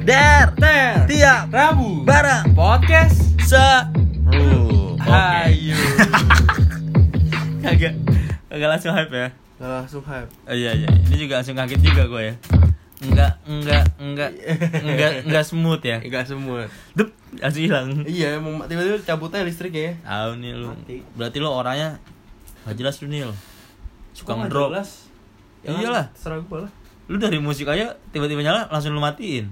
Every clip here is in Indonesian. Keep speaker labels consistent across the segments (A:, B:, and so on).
A: Hmm,
B: Ruh, oke.
A: Hayu. Kagak kagak langsung hype ya.
B: Nggak langsung hype.
A: Oh, iya iya. Ini juga langsung kaget juga gue ya. Enggak enggak enggak enggak enggak smooth ya.
B: Enggak semua.
A: Dup, langsung hilang.
B: Iya, emang tiba-tiba cabutnya listriknya ya.
A: Tahu nih lu.
B: Mati.
A: Berarti lu orangnya gak jelas lu Nil.
B: Kok
A: Suka
B: nggak
A: ngedrop.
B: jelas? Ya kan,
A: Iyalah.
B: Terserah gue lah.
A: Lu dari musik aja tiba-tiba nyala langsung lu matiin.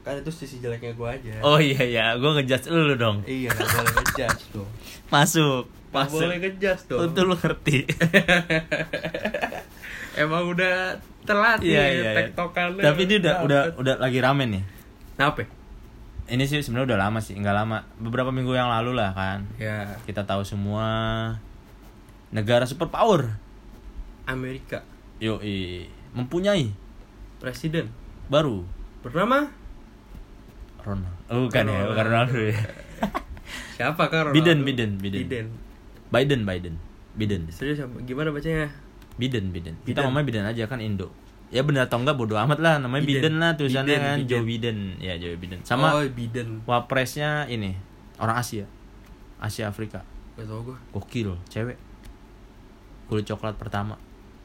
B: Kan itu sisi jeleknya gue aja.
A: Oh iya iya, gua ngejudge lu dong.
B: Ya. Iya, nggak boleh ngejudge dong.
A: Masuk.
B: Nggak
A: Masuk.
B: boleh ngejudge dong.
A: Untung lu ngerti.
B: Emang udah telat
A: Iya
B: nih
A: iya. iya.
B: tektokannya.
A: Tapi ini udah udah Nah,
B: Dapet.
A: udah lagi ramen nih.
B: Kenapa?
A: Ini sih sebenarnya udah lama sih, nggak lama. Beberapa minggu yang lalu lah kan.
B: Ya,
A: Kita tahu semua negara superpower.
B: Amerika
A: Yoi, mempunyai
B: presiden
A: baru
B: bernama
A: Ronald. Oh, bukan ya,
B: Ronald.
A: bukan Ronaldo ya.
B: siapa kan? Ronaldo?
A: Biden, Biden, Biden.
B: Biden.
A: Biden, Biden. Biden.
B: Serius apa? gimana bacanya?
A: Biden, Biden.
B: Biden.
A: Kita ngomongnya Biden aja kan Indo. Ya bener atau enggak bodo amat lah namanya
B: Biden.
A: Biden, lah tulisannya
B: Biden,
A: kan
B: Biden.
A: Joe Biden. Ya, Joe Biden. Sama
B: oh, Biden.
A: wapresnya ini orang Asia. Asia Afrika.
B: Gak tau gue.
A: Gokil, cewek. Kulit coklat pertama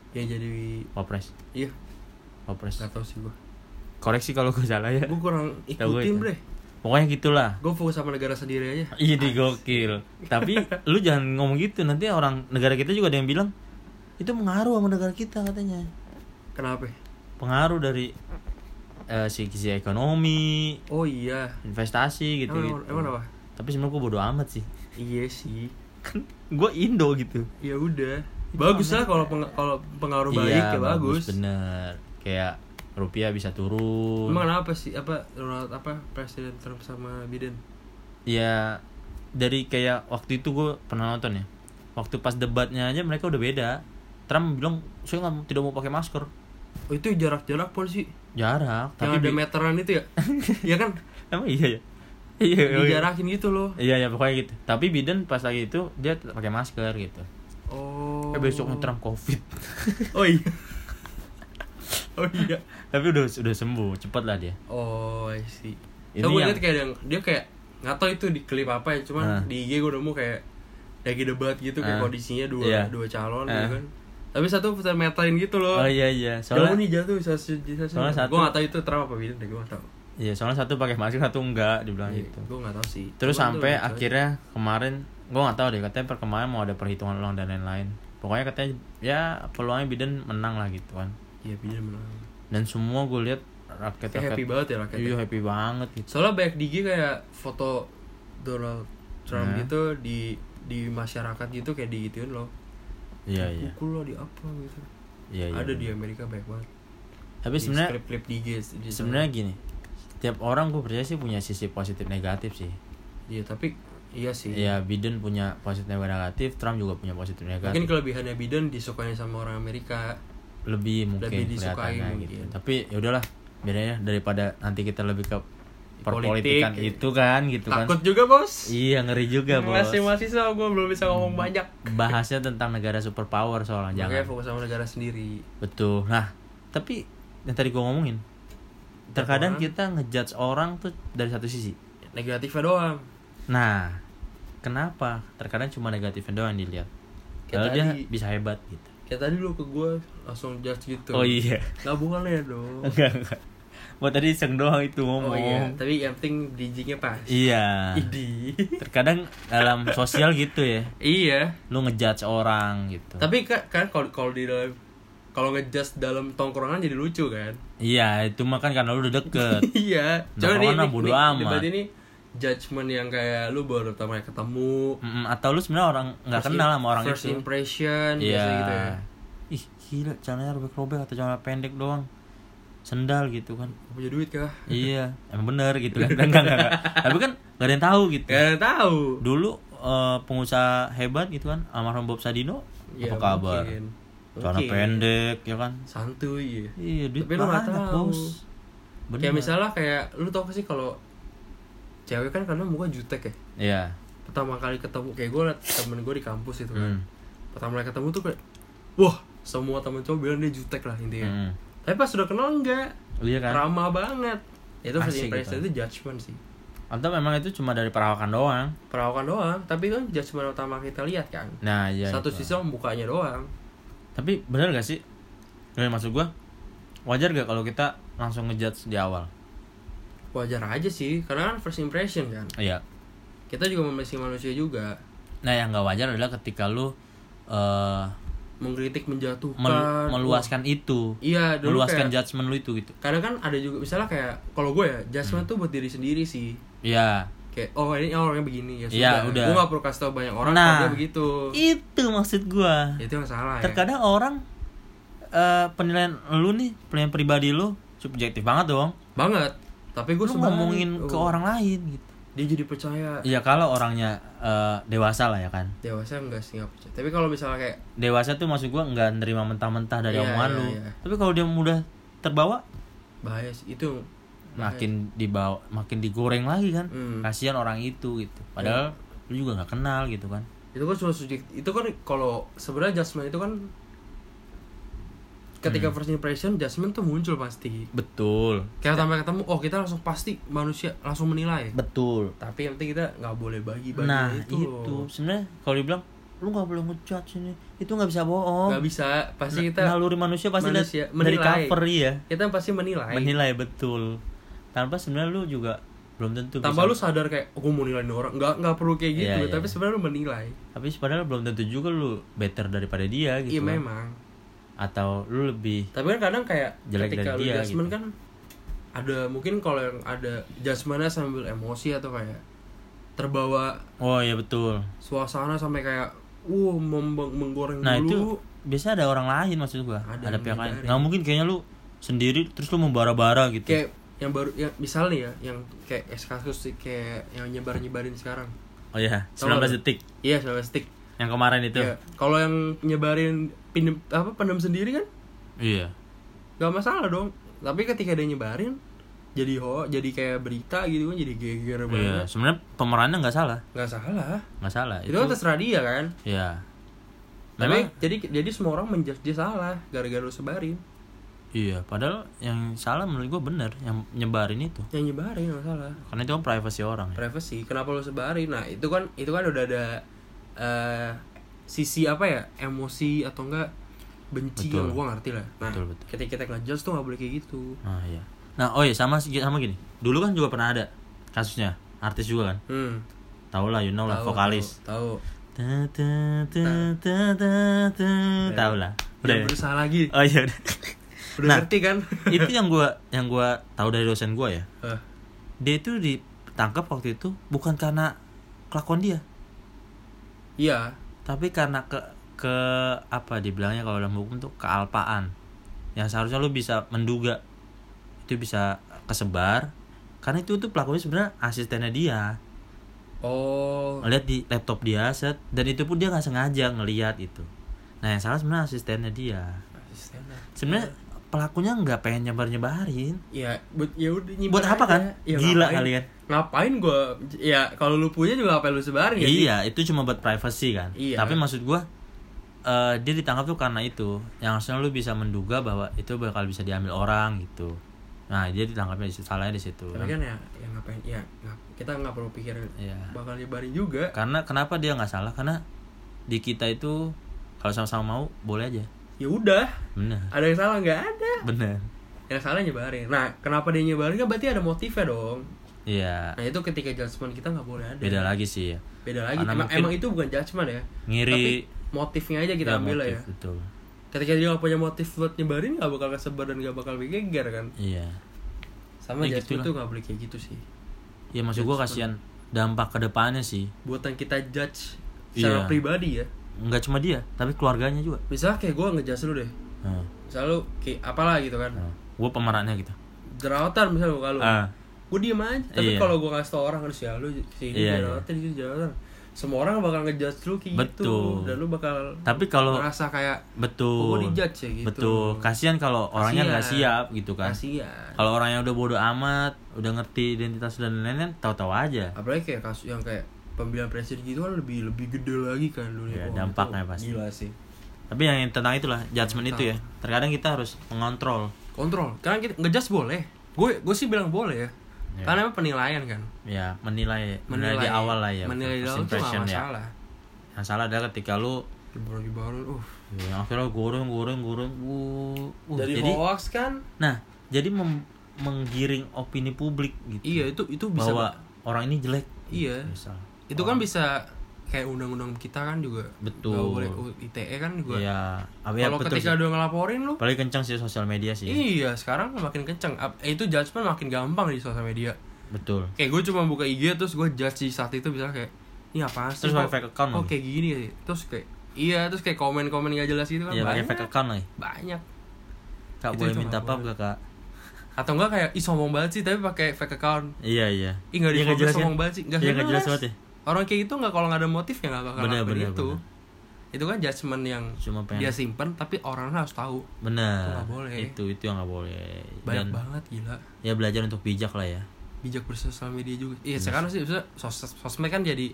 B: Yang Ya, jadi
A: wapres.
B: iya,
A: Wapres.
B: gak tau sih gue.
A: Koreksi kalau gue salah ya.
B: Gue kurang
A: Tau gua
B: ikutin
A: itu.
B: bre.
A: Pokoknya gitulah.
B: Gue fokus sama negara sendiri aja.
A: Iya di gokil. Tapi lu jangan ngomong gitu nanti orang negara kita juga ada yang bilang itu mengaruh sama negara kita katanya.
B: Kenapa?
A: Pengaruh dari eh, sisi ekonomi,
B: Oh iya.
A: investasi gitu.
B: Emang, emang apa?
A: Tapi sebenarnya gue bodo amat sih.
B: Iya sih.
A: Kan gue Indo gitu.
B: Ya udah. Bagus lah kalau peng- kalau pengaruh baik ya bagus.
A: Iya, Bener. Kayak rupiah bisa turun.
B: Emang kenapa sih apa Ronald apa Presiden Trump sama Biden?
A: ya dari kayak waktu itu gue pernah nonton ya waktu pas debatnya aja mereka udah beda Trump bilang saya nggak mau- tidak mau pakai masker
B: Oh itu jarak-jarak pun sih. Yang
A: jarak tapi
B: ada
A: bi-
B: meteran itu ya. Iya kan?
A: emang iya ya iya iya
B: Dijarakin gitu loh.
A: iya ya pokoknya gitu tapi Biden pas lagi itu dia tetap pakai masker gitu
B: Oh.
A: eh besoknya Trump covid
B: Oh iya. Oh iya.
A: tapi udah udah sembuh cepet lah dia
B: Oh, I see.
A: Ini
B: so, gue
A: yang-
B: liat kayak ada yang dia kayak nggak tau itu di klip apa ya, cuman
A: Ah.
B: di IG gue nemu kayak lagi debat gitu kayak
A: Ah.
B: kondisinya dua
A: Iya.
B: dua calon gitu
A: Ah.
B: kan. Tapi satu bisa metain gitu loh.
A: oh iya iya
B: Jauh
A: soalnya
B: nih jatuh bisa bisa
A: soalnya satu-
B: Gue nggak tau itu trauma apa bidang deh, gue nggak tau.
A: iya soalnya satu pakai masker satu enggak dibilang gitu
B: Gue nggak tau sih.
A: Terus
B: Cuman tuh
A: sampai
B: lucu aja.
A: akhirnya kemarin gue nggak tahu deh katanya per kemarin mau ada perhitungan ulang dan lain-lain. Pokoknya katanya ya peluangnya Biden menang lah gitu kan.
B: Iya Biden menang.
A: Dan semua gue lihat
B: Kayak
A: rakyat-rakyat
B: happy banget ya rakyatnya.
A: Iya happy banget gitu.
B: Soalnya banyak di IG kayak foto Donald Trump
A: Nah.
B: gitu di di masyarakat gitu kayak digituin loh.
A: Iya iya.
B: Pukul lo di apa gitu.
A: Iya iya.
B: Ada di Amerika banyak banget.
A: Tapi sebenarnya
B: klip di gitu. IG di-
A: sebenarnya gini. Setiap orang gue percaya sih punya sisi positif negatif sih.
B: Iya tapi iya sih.
A: Ya Biden punya positif negatif, Trump juga punya positif
B: Mungkin
A: negatif.
B: kelebihannya Biden disukai sama orang Amerika.
A: lebih mungkin
B: lebih disukai mungkin.
A: kelihatannya gitu. Tapi ya udahlah, biarnya daripada nanti kita lebih ke
B: Politik,
A: perpolitikan
B: iya.
A: itu kan gitu kan.
B: Takut juga bos.
A: Iya ngeri juga bos.
B: Masih mahasiswa gue belum bisa ngomong banyak.
A: Bahasnya tentang negara superpower soalnya
B: Makanya
A: jangan.
B: fokus sama negara sendiri.
A: Betul. Nah tapi yang tadi gua ngomongin,
B: orang.
A: terkadang kita ngejudge orang tuh dari satu sisi.
B: Negatifnya doang.
A: Nah kenapa? Terkadang cuma negatifnya doang yang dilihat. Kalau
B: Kayak
A: dia
B: tadi.
A: bisa hebat gitu.
B: Kayak tadi lu ke gue langsung judge gitu.
A: Oh iya.
B: Gak boleh dong.
A: Enggak enggak. Buat tadi iseng doang itu ngomong.
B: Oh iya, tapi yang penting bridgingnya pas.
A: Iya.
B: Idi.
A: Terkadang dalam sosial gitu ya,
B: iya.
A: lu ngejudge orang gitu.
B: Tapi kan kan kalau kalau di dalam kalau ngejudge dalam tongkrongan jadi lucu kan?
A: Iya, itu mah kan karena lu udah deket.
B: iya.
A: Nah, corona bodo amat.
B: debat ini judgement yang kayak lu baru pertama kali ketemu,
A: Mm-mm, atau lu sebenarnya orang nggak
B: First
A: kenal
B: im-
A: sama orang
B: first
A: itu
B: impression
A: iya
B: biasanya gitu ya.
A: ih gila celananya robek-robek atau celana pendek doang sendal gitu kan
B: Gak punya duit kah?
A: iya emang bener gitu kan enggak, enggak, enggak. tapi kan gak ada yang tahu gitu
B: Gak ada yang tahu.
A: dulu eh, pengusaha hebat gitu kan almarhum Bob Sadino
B: Ya,
A: apa kabar
B: mungkin.
A: celana
B: Mungkin.
A: pendek ya kan
B: Santuy ya.
A: iya duit
B: Tapi lu nggak
A: banyak,
B: tahu.
A: bos bener
B: Kayak misalnya kayak lu tau gak sih kalau cewek kan karena muka jutek ya.
A: iya
B: Pertama kali ketemu kayak gue liat temen gue di kampus itu kan.
A: Hmm.
B: pertama kali ketemu tuh kayak wah semua teman cowok bilang dia jutek lah intinya
A: Mm.
B: tapi pas sudah kenal enggak
A: iya kan
B: ramah banget itu first
A: Asik
B: impression
A: gitu.
B: itu judgement sih
A: atau memang itu cuma dari perawakan doang
B: Perawakan doang, tapi kan judgement utama kita lihat kan.
A: nah ya
B: Satu
A: itu.
B: sisi mukanya doang.
A: tapi benar gak sih dari maksud gua wajar gak kalau kita langsung ngejudge di awal
B: Wajar aja sih, karena kan first impression kan.
A: iya
B: Kita juga memiliki manusia juga.
A: nah yang gak wajar adalah ketika lu eh
B: Mengkritik, menjatuhkan,
A: melu- meluaskan itu
B: Wah, Iya, dulu
A: meluaskan
B: kayak,
A: judgement lu itu gitu
B: Karena kan ada juga misalnya kayak kalau gue ya,
A: Hmm.
B: judgement tuh buat diri sendiri sih.
A: ya
B: Kayak oh ini orangnya begini ya
A: Iya,
B: sudah.
A: udah.
B: Gue gak perlu kasih tau banyak orang
A: Nah.
B: kalau dia begitu.
A: itu maksud gua
B: Itu yang salah ya.
A: terkadang orang eh, penilaian lu nih penilaian pribadi lu subjektif banget dong
B: Banget. Tapi gue Oh,
A: lu ngomongin ke orang lain gitu
B: dia jadi percaya.
A: Iya kalau orangnya eh, dewasa lah ya kan
B: Dewasa enggak sih nggak percaya. Tapi kalau misalnya kayak
A: Dewasa tuh maksud gua nggak nerima mentah-mentah dari
B: Iya,
A: omongan
B: iya,
A: lu
B: iya.
A: Tapi kalau dia mudah terbawa
B: bahaya sih itu
A: Makin dibawa, makin digoreng lagi kan
B: Hmm. Iya.
A: Kasihan orang itu gitu Padahal lu juga nggak kenal gitu kan
B: itu kan cuma subjek itu kan kalau sebenarnya judgement itu kan ketika
A: Hmm.
B: first impression judgement tuh muncul pasti
A: Betul
B: kayak sampai ketemu oh kita langsung pasti manusia langsung menilai
A: Betul
B: tapi yang penting kita nggak boleh bagi-bagi
A: Nah
B: itu,
A: itu, sebenarnya kalau dibilang Lu nggak boleh ngejudge ini Itu nggak bisa bohong
B: nggak bisa pasti
A: Nah,
B: kita
A: naluri manusia pasti lihat
B: manusia
A: dari
B: menilai.
A: cover ya
B: kita pasti menilai
A: menilai betul tanpa sebenarnya lu juga belum tentu
B: tambah
A: bisa-
B: lu sadar kayak oh, gue mau nilai nih orang nggak nggak perlu kayak gitu
A: Iya, iya,
B: tapi
A: iya.
B: sebenarnya lu menilai
A: tapi padahal belum tentu juga lu better daripada dia
B: iya
A: gitu kan.
B: memang
A: atau lu lebih
B: tapi kan kadang kayak
A: Jelek
B: ketika
A: dari
B: lu
A: dia,
B: judgement
A: gitu.
B: kan ada mungkin kalau yang ada judgementnya sambil emosi atau kayak terbawa
A: oh ya betul
B: suasana sampai kayak uh membeng- menggoreng
A: nah itu
B: dulu
A: biasanya ada orang lain maksud gua
B: Ada
A: ada,
B: yang
A: pihak lain
B: menyadari.
A: nggak mungkin kayaknya lu sendiri terus lu membara-bara gitu
B: kayak yang baru yang misal nih ya yang kayak es kasus sih, kayak yang nyebar nyebarin sekarang
A: oh ya
B: Tau nggak
A: 19
B: lu?
A: detik
B: iya sama stick
A: yang kemarin itu
B: Iya. kalau yang nyebarin pindem apa pendem sendiri kan
A: iya
B: nggak masalah dong tapi ketika dia nyebarin jadi ho jadi kayak berita gitu kan jadi geger
A: iya
B: banget
A: sebenarnya pemerannya nggak salah
B: nggak salah
A: nggak salah
B: itu
A: itu,
B: kan terserah dia kan
A: ya
B: Tapi
A: memang
B: jadi jadi semua orang menjudge dia salah gara-gara lu sebarin.
A: iya padahal yang salah menurut gua bener yang nyebarin itu
B: Yang nyebarin masalah.
A: karena itu kan privasi orang ya.
B: Privacy, kenapa lu sebarin? Nah, itu kan itu kan udah ada eh sisi apa ya? Emosi atau enggak benci
A: Betul.
B: yang gua ngerti lah. Nah,
A: Betul, betul.
B: ketika kita ngejudge tuh nggak boleh kayak gitu.
A: Nah, iya. Nah, oh iya sama sama gini. Dulu kan juga pernah ada kasusnya artis juga kan.
B: Hmm.
A: Tahu lah, you know lah,
B: tahu,
A: Oh, vokalis.
B: Tahu.
A: Ta ta ta ta ta ta. Tahu lah.
B: Udah
A: Udah. ya?
B: berusaha lagi.
A: Oh iya. udah.
B: Udah
A: Nah.
B: ngerti kan?
A: itu yang gua yang gua tahu dari dosen gua ya.
B: Eh,
A: Dia itu ditangkap waktu itu bukan karena kelakuan dia,
B: iya.
A: tapi karena ke ke apa dibilangnya kalau dalam hukum tuh kealpaan. Yang seharusnya lu bisa menduga itu bisa kesebar karena itu tuh pelakunya sebenarnya asistennya dia.
B: Oh.
A: ngeliat di laptop dia set dan itu pun dia nggak sengaja ngeliat itu nah yang salah sebenarnya asistennya dia
B: asisten.
A: sebenarnya pelakunya nggak pengen nyebar nyebarin
B: Ya, buat ya udah nyebar
A: buat apa kan
B: aja. Ya,
A: gila
B: ngapain?
A: kalian
B: Ngapain gua ya kalau lu punya juga ngapain lu sebarin ya?
A: iya itu cuma buat privacy kan
B: Iya.
A: tapi maksud gua eh, dia ditangkap tuh karena itu yang harusnya lu bisa menduga bahwa itu bakal bisa diambil orang gitu nah dia ditangkapnya di situ, salahnya di situ
B: tapi kan ya ya ngapain ya ngap, kita nggak perlu pikir
A: Iya.
B: bakal nyebarin juga
A: karena kenapa dia nggak salah karena di kita itu kalau sama-sama mau boleh aja
B: ya udah
A: bener
B: ada yang salah nggak ada
A: bener
B: yang salah nyebarin nah kenapa dia nyebarin kan berarti ada motifnya dong
A: iya
B: nah itu ketika judgement kita nggak boleh ada
A: beda lagi sih ya.
B: Beda lagi
A: Karena
B: emang,
A: mungkin-
B: emang itu bukan judgement ya
A: ngiri
B: tapi motifnya aja kita
A: ya,
B: ambil lah
A: motif,
B: ya
A: betul
B: ketika dia nggak punya motif buat nyebarin nggak bakal kesebar dan nggak bakal geger kan
A: iya
B: sama
A: Ya,
B: judgement
A: gitulah.
B: tuh nggak boleh kayak gitu sih
A: ya maksud gua kasihan dampak kedepannya sih
B: buat yang kita judge secara
A: Iya.
B: pribadi ya
A: nggak cuma dia tapi keluarganya juga
B: misalnya kayak gue ngejudge lu deh
A: nah,
B: misalnya lu kayak apalah gitu kan
A: nah. gue pemerannya gitu
B: jerawatan misalnya kalau
A: ah
B: gue diem aja tapi
A: Iya.
B: kalau gue kasih tau orang harus ya lu sini
A: Iya, iya.
B: jerawatan di sini jerawatan semua orang bakal ngejudge lu kayak
A: Betul.
B: gitu dan lu bakal
A: tapi kalau
B: merasa kayak
A: betul
B: Kok gua di-judge ya gitu?
A: betul kasihan kalau orangnya nggak
B: Kasihan.
A: siap gitu kan
B: kasihan
A: kalau orangnya udah bodoh amat udah ngerti identitas dan lain-lain tahu-tahu aja
B: apalagi kayak kasus yang kayak pemilihan presiden gitu kan lebih lebih gede lagi kan dunia
A: Iya,
B: Wah,
A: dampaknya
B: itu
A: pasti.
B: gila sih
A: tapi yang tentang itulah judgement itu ya terkadang kita harus mengontrol
B: kontrol karena kita ngejudge boleh gue gue sih bilang boleh ya
A: ya.
B: Karena emang penilaian kan.
A: ya menilai, menilai di awal lah ya
B: Menilai di
A: first
B: awal tuh nggak
A: impression ya
B: masalah.
A: yang salah adalah ketika lu
B: Baru-baru, uh.
A: ya, akhirnya goreng goreng goreng uh, uh.
B: Dari
A: jadi
B: hoax kan?
A: nah jadi mem- menggiring opini publik gitu
B: Iya, itu itu bisa
A: bahwa orang ini jelek
B: Iya.
A: misal
B: itu kan bisa kayak undang-undang kita kan juga
A: Betul.
B: Nggak boleh U- ITE kan juga
A: iya Apa ya,
B: kalau
A: betul
B: ketika
A: sih.
B: udah ngelaporin lu
A: paling kencang sih sosial media sih
B: iya sekarang makin kenceng Ap- eh, itu judgement makin gampang di sosial media
A: betul
B: kayak gue cuma buka IG terus gue judge di saat itu bisa kayak ini apa sih
A: terus
B: kok-
A: pakai fake account
B: kok
A: lagi
B: kayak gini ya? terus kayak iya terus kayak komen-komen gak jelas gitu kan
A: iya
B: banyak
A: pakai fake account lagi
B: banyak
A: kak
B: Itu-
A: boleh
B: itu
A: minta
B: nggak
A: apa gak kak
B: atau enggak kayak ih sombong banget sih tapi pakai fake account
A: iya iya
B: ih nggak
A: Iya,
B: di
A: nggak jelas
B: follow
A: kan?
B: sombong banget sih nggak
A: iya nggak jelas banget ya
B: orang kayak gitu nggak kalau nggak ada motif ya nggak bakal
A: Bener,
B: lakuin
A: bener,
B: itu itu kan judgement yang
A: cuma
B: dia
A: pengen
B: simpen tapi orang harus tahu Itu
A: benar
B: nggak boleh.
A: itu itu yang nggak boleh
B: banyak
A: dan
B: banget gila
A: ya belajar untuk bijak lah ya
B: bijak bersosial media juga iya sekarang sih maksudnya sos sosmed kan jadi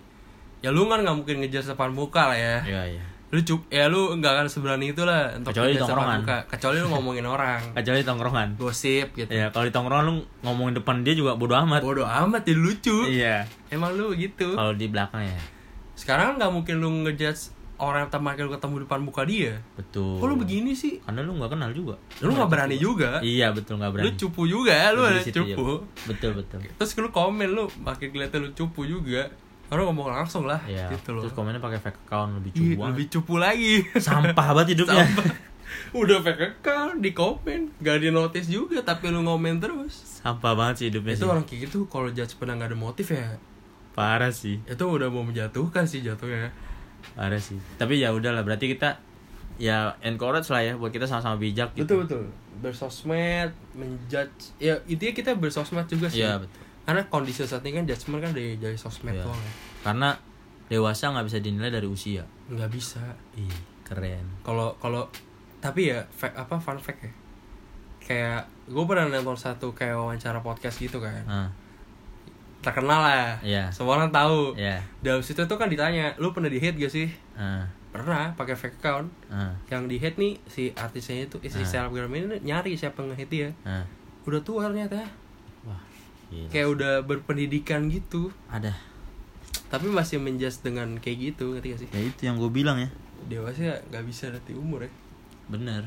B: ya lu kan nggak mungkin ngejar depan muka lah ya
A: iya iya
B: lu cup ya lu nggak akan seberani itu lah untuk
A: Kecuali di
B: ngejar depan
A: tongkrongan.
B: muka kecuali lu ngomongin orang
A: kecuali di tongkrongan
B: gosip gitu
A: ya kalau di tongkrongan lu ngomongin depan dia juga bodo amat
B: bodoh amat ya lucu
A: iya
B: emang lu gitu
A: kalau di belakang ya
B: sekarang nggak mungkin lu ngejudge orang yang pertama kali lu ketemu depan muka dia
A: betul
B: kok lu begini sih
A: karena lu nggak kenal juga
B: lu nggak berani juga
A: iya betul nggak
B: lu
A: berani
B: cupu juga lu
A: Lebih
B: ada
A: di situ, ya.
B: cupu
A: betul betul
B: terus lu komen lu makin kelihatan lu cupu juga orang ngomong langsung lah
A: Iya.
B: gitu loh
A: terus komennya pakai fake account lebih
B: Ih,
A: cuan
B: lebih cupu lagi
A: sampah banget hidupnya
B: Sampah. udah fake account di komen gak di notice juga tapi lu ngomen terus
A: sampah banget sih hidupnya
B: itu
A: Iya sih
B: orang kayak gitu kalau judge pernah gak ada motif ya
A: parah sih
B: itu udah mau menjatuhkan sih jatuhnya
A: parah sih tapi ya udahlah berarti kita ya encourage lah ya buat kita sama-sama bijak gitu
B: betul betul bersosmed menjudge ya intinya kita bersosmed juga sih
A: Iya, betul.
B: karena kondisi saat ini kan judgement kan dari, dari sosmed
A: Iya.
B: doang ya.
A: karena dewasa nggak bisa dinilai dari usia
B: nggak bisa
A: Ih, keren
B: kalau kalau tapi ya fa- apa fun fact ya kayak gue pernah nonton satu kayak wawancara podcast gitu kan
A: ah
B: terkenal lah
A: Iya.
B: semua orang tahu
A: ya
B: dalam situ tuh kan ditanya lu pernah di hate gak sih
A: ah
B: pernah pakai fake account
A: ah
B: yang di hate nih si artisnya itu eh, si
A: Ah.
B: selebgram ini nyari siapa yang hate dia
A: ah
B: udah tua ternyata
A: Iya. wah gila.
B: kayak udah berpendidikan gitu
A: ada
B: tapi masih menjudge dengan kayak gitu ngerti gak sih
A: ya itu yang gue bilang ya
B: dewasa nggak bisa nanti umur ya
A: bener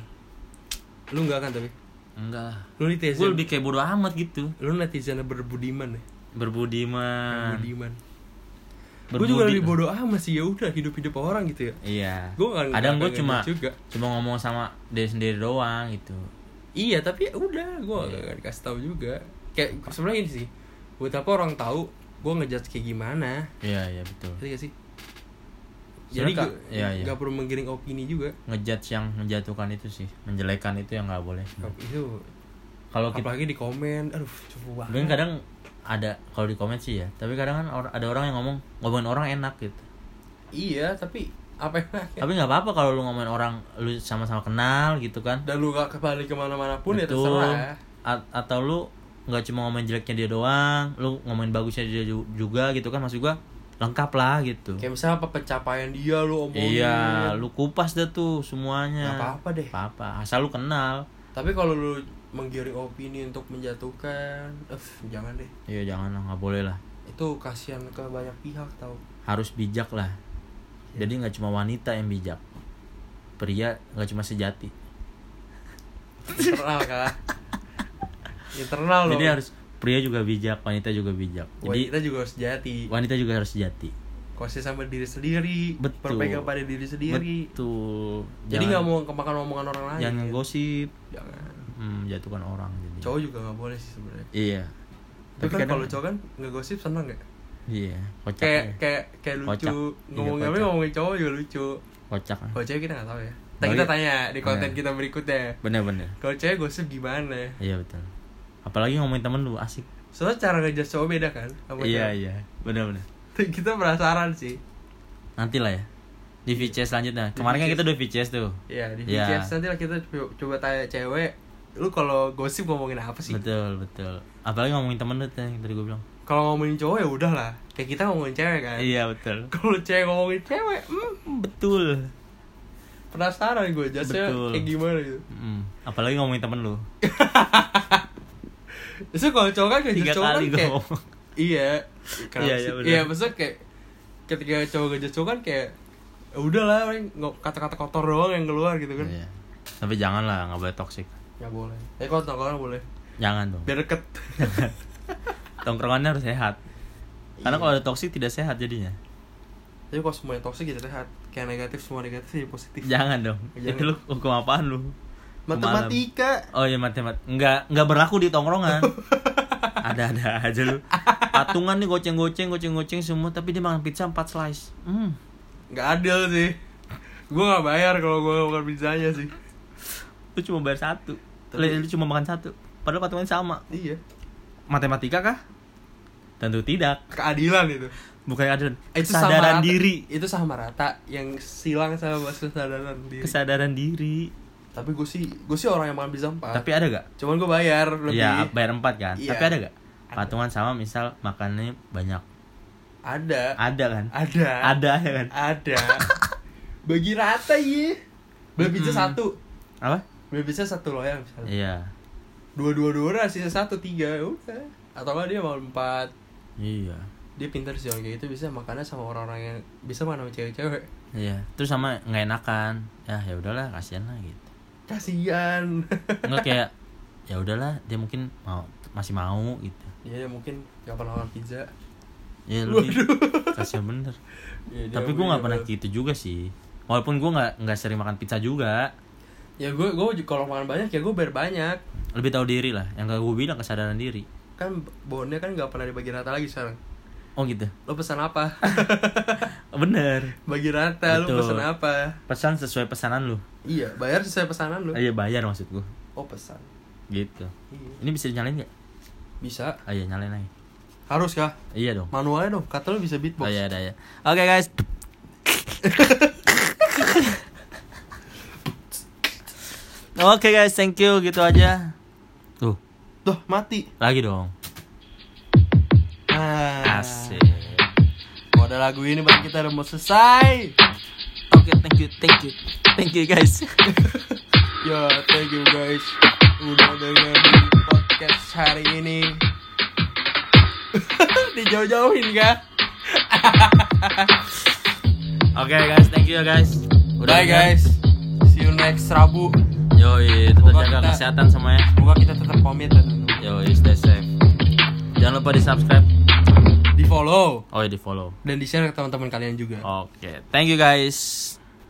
B: lu nggak kan tapi
A: enggak lah
B: lu
A: gue
B: netizen
A: lebih kayak bodo amat gitu
B: lu netizen yang berbudiman ya
A: berbudiman
B: budiman gue
A: Berbudi-
B: juga lebih bodoh amat sih ya udah hidup hidup orang gitu ya
A: iya
B: gue kan
A: kadang gue cuma
B: juga
A: cuma ngomong sama dia sendiri doang gitu
B: iya tapi ya udah gue nggak dikasih tahu juga kayak sebenarnya ini sih buat apa orang tahu gue ngejudge kayak gimana
A: iya iya betul
B: ngerti gak sih jadi
A: Sebenarnya
B: gak,
A: Kak, iya, iya.
B: perlu menggiring opini juga
A: ngejudge yang menjatuhkan itu sih menjelekan itu yang nggak boleh
B: Iya. itu
A: kalau kita
B: apalagi di komen aduh cupu banget
A: mungkin kadang ada kalau di komen sih ya tapi kadang kan or- ada orang yang ngomong ngomongin orang enak gitu
B: iya tapi apa yang
A: tapi nggak apa-apa kalau lu ngomongin orang lu sama-sama kenal gitu kan
B: dan lu gak kembali kemana-mana pun ya
A: Betul.
B: terserah
A: A- atau lu nggak cuma ngomongin jeleknya dia doang lu ngomongin bagusnya dia ju- juga gitu kan maksud gua lengkap lah gitu
B: kayak misalnya apa pencapaian dia lu omongin
A: iya lu kupas dah tuh semuanya
B: Nggak apa-apa deh.
A: apa-apa asal lu kenal
B: Tapi kalau lu menggiring opini untuk menjatuhkan, eh jangan deh.
A: iya jangan lah nggak boleh lah
B: Itu kasihan ke banyak pihak tau.
A: harus bijak lah
B: Iya.
A: jadi nggak cuma wanita yang bijak pria nggak cuma sejati
B: Internal kan. Internal loh.
A: jadi harus pria juga bijak wanita juga bijak jadi
B: Wanita juga harus jati.
A: wanita juga harus sejati
B: Konsisten sama diri sendiri.
A: Betul.
B: Berpegang pada diri sendiri.
A: betul
B: Jadi nggak mau
A: Jangan-
B: kemakan omongan orang lain. ya.
A: jangan gosip
B: Jangan.
A: hmm, jatuhkan orang jadi
B: Cowok juga nggak boleh sih sebenarnya.
A: iya
B: Tapi kan
A: kadang-
B: kalau cowok kan nggak gosip seneng gak?
A: iya kocak
B: Kayak
A: ya.
B: kayak kayak lucu.
A: Kocak. Iya,
B: Ngomongin apa
A: kocak.
B: ngomongin cowok juga lucu.
A: kocak
B: Kalau cewek kita nggak tahu ya. Tapi
A: Balik-
B: kita tanya di konten
A: Oh, Iya.
B: kita berikutnya.
A: bener-bener
B: Kalau cewek gosip gimana?
A: iya betul apalagi ngomongin temen lu asik
B: Soalnya cara ngejudge cowok beda kan? sama cewek.
A: iya iya bener-bener
B: Kita penasaran sih.
A: nanti lah ya di
B: Iya.
A: VCS selanjutnya kemarin kan
B: VCS.
A: kita udah VCS tuh
B: Iya, di
A: Iya.
B: BTS nanti lah kita co- coba tanya cewek, lu kalau gosip ngomongin apa sih?
A: betul betul apalagi ngomongin temen lu tuh yang tadi gue bilang
B: Kalau ngomongin cowok ya udahlah. Kayak kita ngomongin cewek kan.
A: iya betul
B: Kalau cewek ngomongin cewek, hmm,
A: betul
B: penasaran gue judge
A: Betul.
B: kayak gimana gitu.
A: Mm, apalagi ngomongin temen lu
B: Terus kalau cowok kan kayak
A: tiga
B: cowok kan
A: kali gue
B: kayak
A: ngomong
B: iya kenapa
A: Iya,
B: sih?
A: iya, benar.
B: iya maksudnya kayak ketika cowok ngejudge cowok kan kayak ya udahlah paling ngo- kata-kata kotor doang yang keluar gitu kan
A: Iya. tapi jangan lah nggak boleh toxic
B: nggak boleh eh kalau tongkrongan boleh
A: jangan dong
B: biar deket
A: tongkrongannya harus sehat karena
B: Iya.
A: kalau ada toxic tidak sehat jadinya
B: tapi kalau semuanya toxic jadi sehat kayak negatif semua negatif jadi positif
A: jangan dong
B: Jangan.
A: itu lu hukum apaan lu
B: matematika
A: oh iya matemat nggak nggak berlaku di tongkrongan ada ada aja lu patungan nih goceng goceng goceng goceng semua tapi dia makan pizza 4 slice hmm.
B: nggak adil sih gue nggak bayar kalau gue makan pizzanya sih
A: lu cuma bayar satu
B: Tapi-
A: lu, lu cuma makan satu padahal patungan sama
B: iya
A: matematika kah tentu tidak
B: keadilan itu
A: bukan ada
B: itu sama
A: kesadaran
B: rata-
A: diri
B: itu sama rata yang silang sama bahas kesadaran diri
A: kesadaran diri
B: tapi gue sih gue sih orang yang makan pizza empat
A: tapi ada gak
B: cuman gue bayar lebih
A: Ah. Iya, bayar empat kan.
B: Iya.
A: Tapi ada gak? Patungan sama misal makannya banyak.
B: ada
A: Ada kan?
B: ada
A: Ada ya kan?
B: ada bagi rata ya beli pizza
A: Mm-mm.
B: satu
A: Apa?
B: beli pizza satu loyang misalnya
A: Iya.
B: dua dua dua orang sisa satu tiga ya udah atau enggak dia makan empat
A: Iya.
B: dia pintar sih orang kayak gitu bisa makannya sama orang-orang yang bisa makan sama cewek-cewek
A: Iya. Terus sama nggak enakan. Ya, ya udahlah, kasihan lah gitu.
B: kasihan
A: Enggak kayak ya udahlah, dia mungkin mau masih mau gitu.
B: ya mungkin gak pernah makan pizza
A: Ya lu kasihan bener.
B: Ya, dia
A: Tapi
B: mungkin
A: gua nggak pernah
B: pernah-
A: gitu juga sih. Walaupun gua nggak nggak sering makan pizza juga,
B: ya gue gue kalau makan banyak ya gue bayar banyak
A: lebih tahu diri lah. Yang gue bilang kesadaran diri.
B: kan bonnya kan gak pernah dibagi rata lagi sekarang
A: Oh gitu.
B: lo pesan apa
A: Bener.
B: bagi rata lo
A: Betul.
B: pesan apa
A: Pesan sesuai pesanan lu.
B: iya bayar sesuai pesanan lo
A: Iya bayar maksud gua.
B: oh pesan
A: Gitu.
B: iya.
A: Ini bisa dinyalain nggak?
B: bisa
A: Oh iya nyalain lagi.
B: harus kah
A: Iya dong.
B: manualnya dong kata lo bisa beatbox
A: Oh iya ada ya. Oke guys. Oke guys, thank you gitu aja. Tuh,
B: Duh, mati
A: lagi dong.
B: ah.
A: Asik.
B: kalau ada lagu ini berarti kita udah mau selesai
A: Oke, thank you, thank you. Thank you guys.
B: Ya, thank you guys udah dengerin podcast hari ini. Dijauh-jauhin kah?
A: Oke guys, thank you guys. ya?
B: Bye guys. See you next Rabu.
A: Yoi, tetap
B: Semoga
A: jaga
B: kita-
A: kesehatan semuanya.
B: Semoga kita tetap komitmen.
A: Yoi, stay safe. Jangan lupa di-subscribe.
B: Di follow
A: Oh, iya, di-follow.
B: dan di share ke teman-teman kalian juga.
A: Oke, thank you guys.